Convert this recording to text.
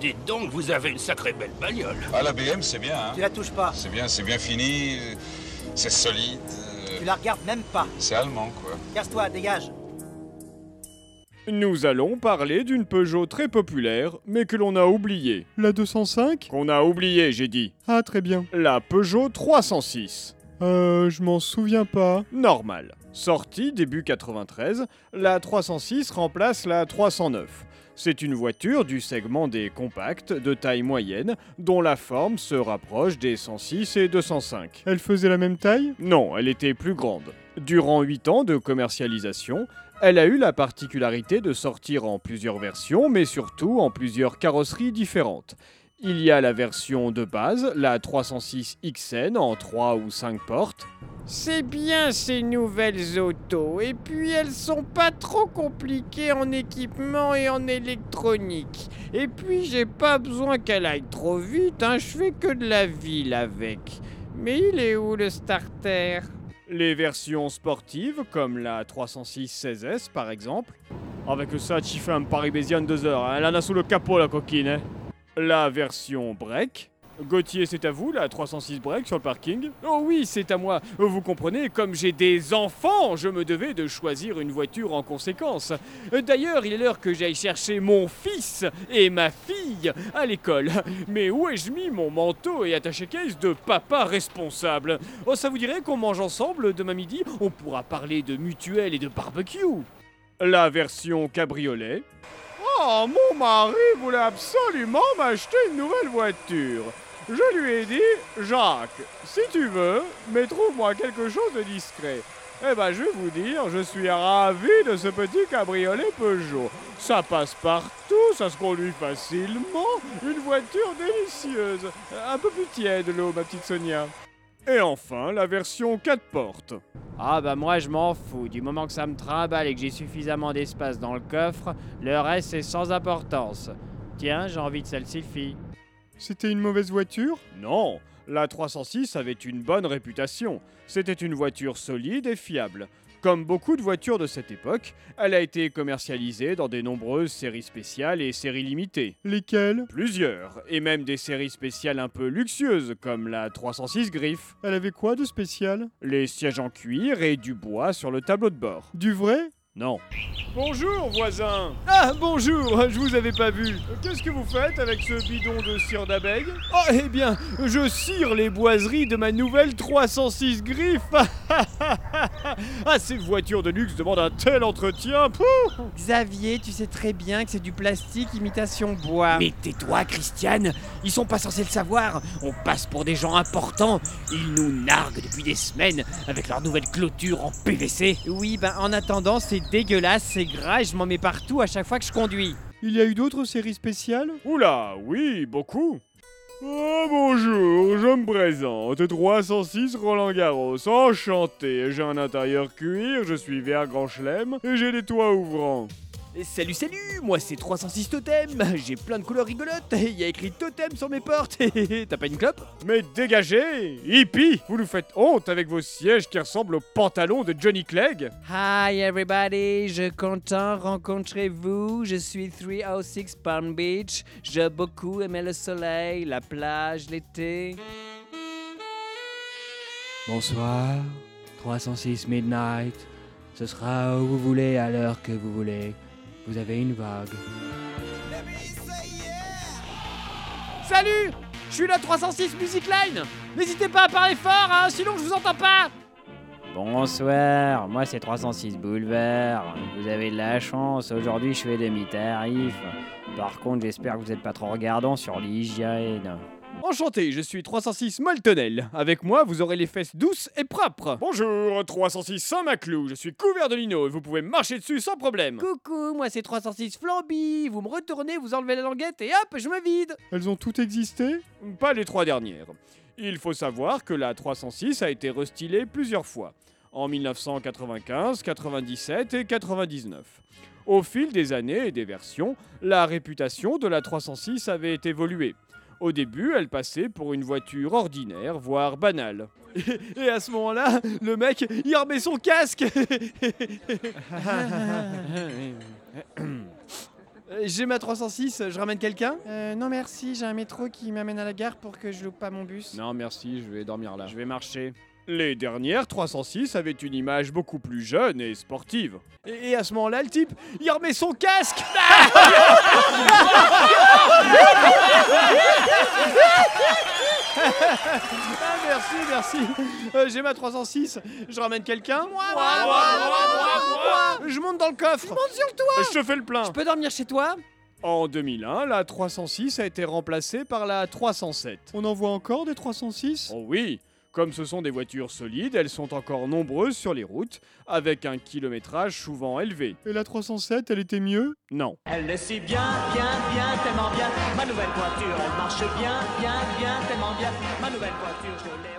Dites donc, vous avez une sacrée belle bagnole. Ah, la BM, c'est bien, hein Tu la touches pas. C'est bien, c'est bien fini, euh, c'est solide, euh, Tu la regardes même pas. c'est allemand, quoi. Casse-toi, dégage. Nous allons parler d'une Peugeot très populaire, mais que l'on a oubliée. La 205 Qu'on a oubliée, j'ai dit. Ah, très bien. La Peugeot 306. Euh, je m'en souviens pas. Normal. Sortie début 93, la 306 remplace la 309. C'est une voiture du segment des compacts de taille moyenne dont la forme se rapproche des 106 et 205. Elle faisait la même taille Non, elle était plus grande. Durant 8 ans de commercialisation, elle a eu la particularité de sortir en plusieurs versions, mais surtout en plusieurs carrosseries différentes. Il y a la version de base, la 306 XN en 3 ou 5 portes. C'est bien ces nouvelles autos, et puis elles sont pas trop compliquées en équipement et en électronique. Et puis j'ai pas besoin qu'elle aille trop vite, hein, je fais que de la ville avec. Mais il est où le starter Les versions sportives, comme la 306 16S par exemple. Avec ça, tu fais un Paris-Béziane 2 heures, hein. elle en a sous le capot la coquine. hein. La version break. Gauthier, c'est à vous, la 306 break sur le parking. Oh oui, c'est à moi. Vous comprenez, comme j'ai des enfants, je me devais de choisir une voiture en conséquence. D'ailleurs, il est l'heure que j'aille chercher mon fils et ma fille à l'école. Mais où ai-je mis mon manteau et attaché-case de papa responsable Oh, ça vous dirait qu'on mange ensemble demain midi On pourra parler de mutuelle et de barbecue. La version cabriolet. Oh, mon mari voulait absolument m'acheter une nouvelle voiture. Je lui ai dit, Jacques, si tu veux, mais trouve-moi quelque chose de discret. Eh ben, je vais vous dire, je suis ravi de ce petit cabriolet Peugeot. Ça passe partout, ça se conduit facilement, une voiture délicieuse. Un peu plus tiède l'eau, ma petite Sonia. Et enfin, la version 4 portes. Ah bah moi je m'en fous, du moment que ça me trimballe et que j'ai suffisamment d'espace dans le coffre, le reste c'est sans importance. Tiens, j'ai envie de celle-ci, fille. C'était une mauvaise voiture Non, la 306 avait une bonne réputation. C'était une voiture solide et fiable. Comme beaucoup de voitures de cette époque, elle a été commercialisée dans de nombreuses séries spéciales et séries limitées. Lesquelles Plusieurs, et même des séries spéciales un peu luxueuses comme la 306 Griffe, Elle avait quoi de spécial les sièges en cuir et du bois sur le tableau de bord. Du vrai Non. Bonjour voisin Ah bonjour, je vous avais pas vu. Qu'est-ce que vous faites avec ce bidon de cire d'abeille Oh eh bien, je cire les boiseries de ma nouvelle 306 griffe Ah ces voitures de luxe demandent un tel entretien Pouh Xavier, tu sais très bien que c'est du plastique imitation bois. Mais tais-toi, Christiane, ils sont pas censés le savoir. On passe pour des gens importants. Ils nous narguent depuis des semaines avec leur nouvelle clôture en PVC. Oui, ben en attendant, c'est dégueulasse, c'est gras, et je m'en mets partout à chaque fois que je conduis. Il y a eu d'autres séries spéciales Oula, oui, beaucoup Oh bonjour, je me présente, 306 Roland Garros, enchanté, j'ai un intérieur cuir, je suis vert grand chelem et j'ai des toits ouvrants. Salut, salut, moi c'est 306 Totem. J'ai plein de couleurs rigolotes. Il y a écrit Totem sur mes portes. T'as pas une clope Mais dégagez Hippie Vous nous faites honte avec vos sièges qui ressemblent aux pantalons de Johnny Clegg Hi everybody, je suis content de rencontrer vous. Je suis 306 Palm Beach. J'ai beaucoup aimé le soleil, la plage, l'été. Bonsoir, 306 Midnight. Ce sera où vous voulez, à l'heure que vous voulez. Vous avez une vague. Salut Je suis la 306 Music Line N'hésitez pas à parler fort, hein, sinon je vous entends pas Bonsoir, moi c'est 306 Boulevard. Vous avez de la chance, aujourd'hui je fais demi-tarif. Par contre, j'espère que vous n'êtes pas trop regardant sur l'hygiène. Enchanté, je suis 306 Moltenel. Avec moi, vous aurez les fesses douces et propres. Bonjour, 306 Saint-Maclou, je suis couvert de lino et vous pouvez marcher dessus sans problème. Coucou, moi c'est 306 Flamby Vous me retournez, vous enlevez la languette et hop, je me vide Elles ont toutes existé Pas les trois dernières. Il faut savoir que la 306 a été restylée plusieurs fois, en 1995, 97 et 99. Au fil des années et des versions, la réputation de la 306 avait évolué. Au début, elle passait pour une voiture ordinaire, voire banale. Et à ce moment-là, le mec, il remet son Euh, casque Euh, J'ai ma 306, je ramène quelqu'un Euh, non merci, j'ai un métro qui m'amène à la gare pour que je loupe pas mon bus. Non, merci, je vais dormir là. Je vais marcher. Les dernières 306 avaient une image beaucoup plus jeune et sportive. Et, et à ce moment-là, le type, il remet son casque Ah, Merci, merci. Euh, J'ai ma 306. Je ramène quelqu'un. Je monte dans le coffre. Je monte sur le toit. Je te fais le plein. Je peux dormir chez toi En 2001, la 306 a été remplacée par la 307. On en voit encore des 306 Oh oui Comme ce sont des voitures solides, elles sont encore nombreuses sur les routes, avec un kilométrage souvent élevé. Et la 307, elle était mieux Non. Elle le suit bien, bien, bien, tellement bien. Ma nouvelle voiture, elle marche bien, bien, bien, tellement bien. Ma nouvelle voiture, je l'ai.